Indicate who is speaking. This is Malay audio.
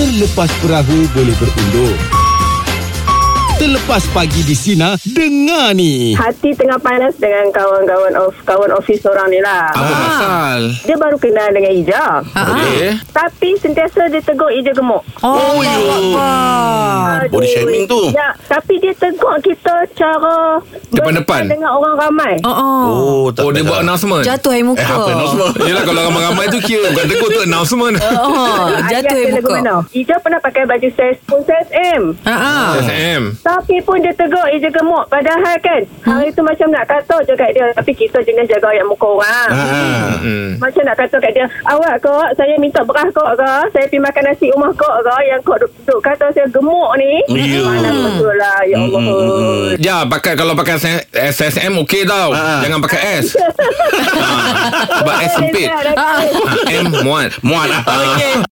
Speaker 1: Selepas perahu boleh berundur. Terlepas pagi di Sina, dengar ni.
Speaker 2: Hati tengah panas dengan kawan-kawan of kawan office orang ni lah.
Speaker 3: Apa Eh, pasal?
Speaker 2: Dia baru kenal dengan Ija.
Speaker 4: Ah.
Speaker 3: Boleh?
Speaker 2: Tapi sentiasa dia tegur Ija gemuk.
Speaker 5: Ha, Oh, Allah.
Speaker 2: Aduh,
Speaker 3: Ah, body shaming tu.
Speaker 2: Ya, tapi dia tegur kita cara
Speaker 3: Depan-depan.
Speaker 2: berdepan dengan orang ramai.
Speaker 5: Oh, oh.
Speaker 4: Oh, tak
Speaker 3: Oh, dia buat announcement.
Speaker 5: Jatuh air muka.
Speaker 4: Eh, apa announcement?
Speaker 3: Yelah kalau ramai-ramai tu kira bukan tegur tu announcement.
Speaker 5: Oh,
Speaker 2: Ayah
Speaker 5: jatuh air
Speaker 2: saya tegur
Speaker 5: muka.
Speaker 2: mana? Ija pernah pakai baju size pun size M.
Speaker 5: Ha ah.
Speaker 3: SM.
Speaker 2: Tapi pun dia tegur Ija gemuk. Padahal kan, hari tu macam nak kata je kat dia. Tapi kita jenis jaga ayat muka orang.
Speaker 4: Ah.
Speaker 3: Hmm.
Speaker 2: Macam nak kata kat dia Awak kok Saya minta beras kok ke Saya pergi makan nasi rumah kok ke Yang kok duk, duk kata saya gemuk ni
Speaker 4: Ya.
Speaker 2: Mana betul lah Ya
Speaker 3: Hmm,
Speaker 2: Allah
Speaker 3: Ya, pakai kalau pakai SSM okey tau.
Speaker 4: Ah.
Speaker 3: Jangan pakai S. ha. Sebab S sempit.
Speaker 2: Saya tak ada
Speaker 5: Ah.
Speaker 3: Ha, M muat.
Speaker 4: Muat lah.